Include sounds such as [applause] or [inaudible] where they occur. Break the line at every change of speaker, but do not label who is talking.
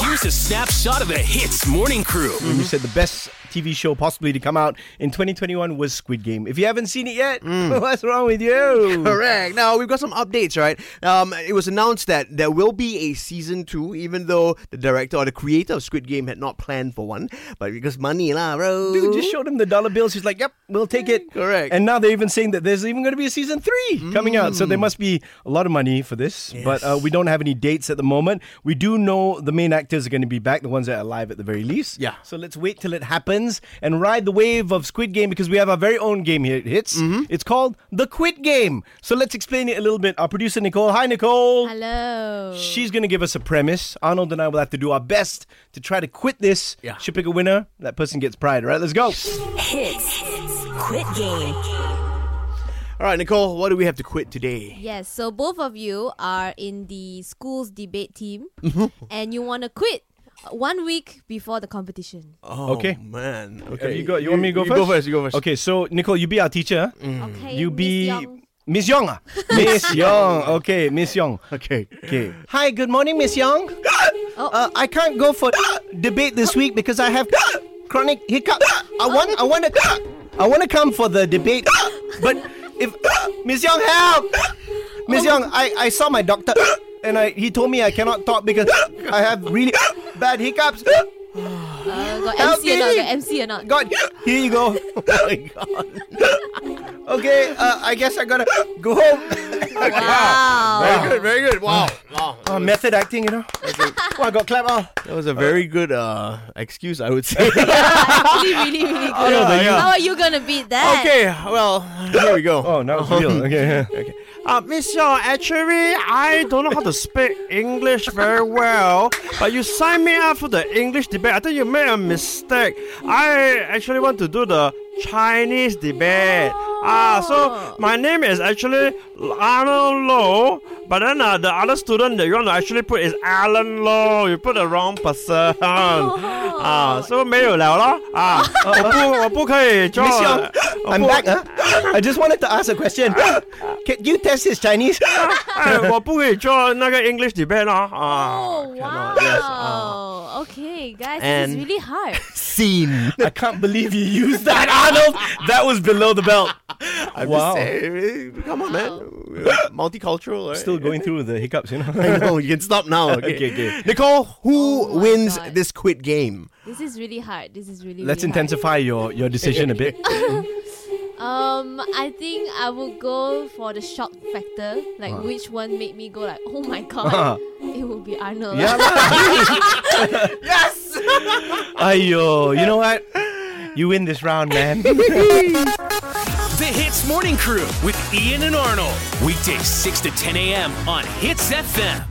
Here's a snapshot of the hits morning crew.
We said the best TV show possibly to come out in 2021 was Squid Game. If you haven't seen it yet, [laughs] what's wrong with you?
Mm. Correct. Now we've got some updates, right? Um, it was announced that there will be a season two, even though the director or the creator of Squid Game had not planned for one, but because money lah, bro.
Dude, just showed him the dollar bills. He's like, "Yep, we'll take it."
Correct.
And now they're even saying that there's even going to be a season three coming out. So there
Mm.
must be a lot of money for this. But uh, we don't have any dates at the moment. We do know the main actors are going to be back, the ones that are alive at the very least.
Yeah.
So let's wait till it happens and ride the wave of Squid Game because we have our very own game here. It hits.
Mm-hmm.
It's called the Quit Game. So let's explain it a little bit. Our producer Nicole. Hi, Nicole.
Hello.
She's going to give us a premise. Arnold and I will have to do our best to try to quit this.
Yeah.
She'll pick a winner. That person gets pride, right? Let's go.
Hits. Quit game.
All right, Nicole, what do we have to quit today?
Yes, so both of you are in the school's debate team
[laughs] Mm-hmm.
and you want to quit one week before the competition.
Oh,
Okay.
man.
Have
Okay,
you got, you want me to go
you
first?
Go first. You go first. Mm.
Okay, so Nicole, you be our teacher. huh?
Okay.
You
Miss
be [laughs]
Yong.
Miss Young.
[laughs]
ah? Miss Young. Okay, Miss Young.
Okay.
Okay. Hi, good morning, Miss Young. Uh, I can't go for debate this week because I have chronic hiccup. I want, I want to, I want to come for the debate, but if Miss Young help, Miss Young, I, I saw my doctor and I, he told me I cannot talk because I have really bad hiccups.
Uh, got
Help
MC or not?
me.
Got MC or not?
God, here you go. [laughs]
Oh my god.
Okay, uh, I guess I gotta go home.
Wow.
Very good. Very good. Wow. wow.
Oh, method acting, you know. Oh, I got clap. Oh.
That was a very good uh, excuse, I would [laughs] say.
Actually, [laughs] really, really
[laughs]
good.
Oh,
How are you gonna beat that?
okay. Well, here we go.
Oh, now it's real. Okay. okay.
Uh, Miss Yo, actually, I don't know how to speak English very well, but you signed me up for the English debate. I think you made a mistake. I actually want to do the Chinese debate. Ah, so my name is actually Arnold Low, but then uh, the other student that you want to actually put is Alan Low. You put the wrong person. Ah, so 没有了咯。啊，Ah, 我不-我不可以做-
Miss Young, Oh, I'm
我不-
back. Huh? I just wanted to ask a question. Can you test his Chinese?
哎，我不可以做那个 English debate 咯啊。Ah.
Oh wow.
uh.
Okay, guys, this
And-
is really hard.
Scene.
I can't believe you used that, Arnold. That was below the belt.
[laughs] I'm
Wow.
just saying, come on, man. Multicultural, right?
Still going through the hiccups, you know.
[laughs] I know. You can stop now. [laughs] Okay,
Okay, okay.
Nicole, who
Oh my
wins
God.
this quit game?
This is really hard. This is really.
Let's
really hard.
intensify your, your decision a [laughs] bit.
Um, I think I would go for the shock factor. Like, which one made me go like, oh
[laughs]
my god? It would be Arnold.
Yeah. yes. Ayo, you know what? You win this round, man.
The Hits Morning Crew with Ian and Arnold. Weekdays 6 to 10 a.m. on Hits FM.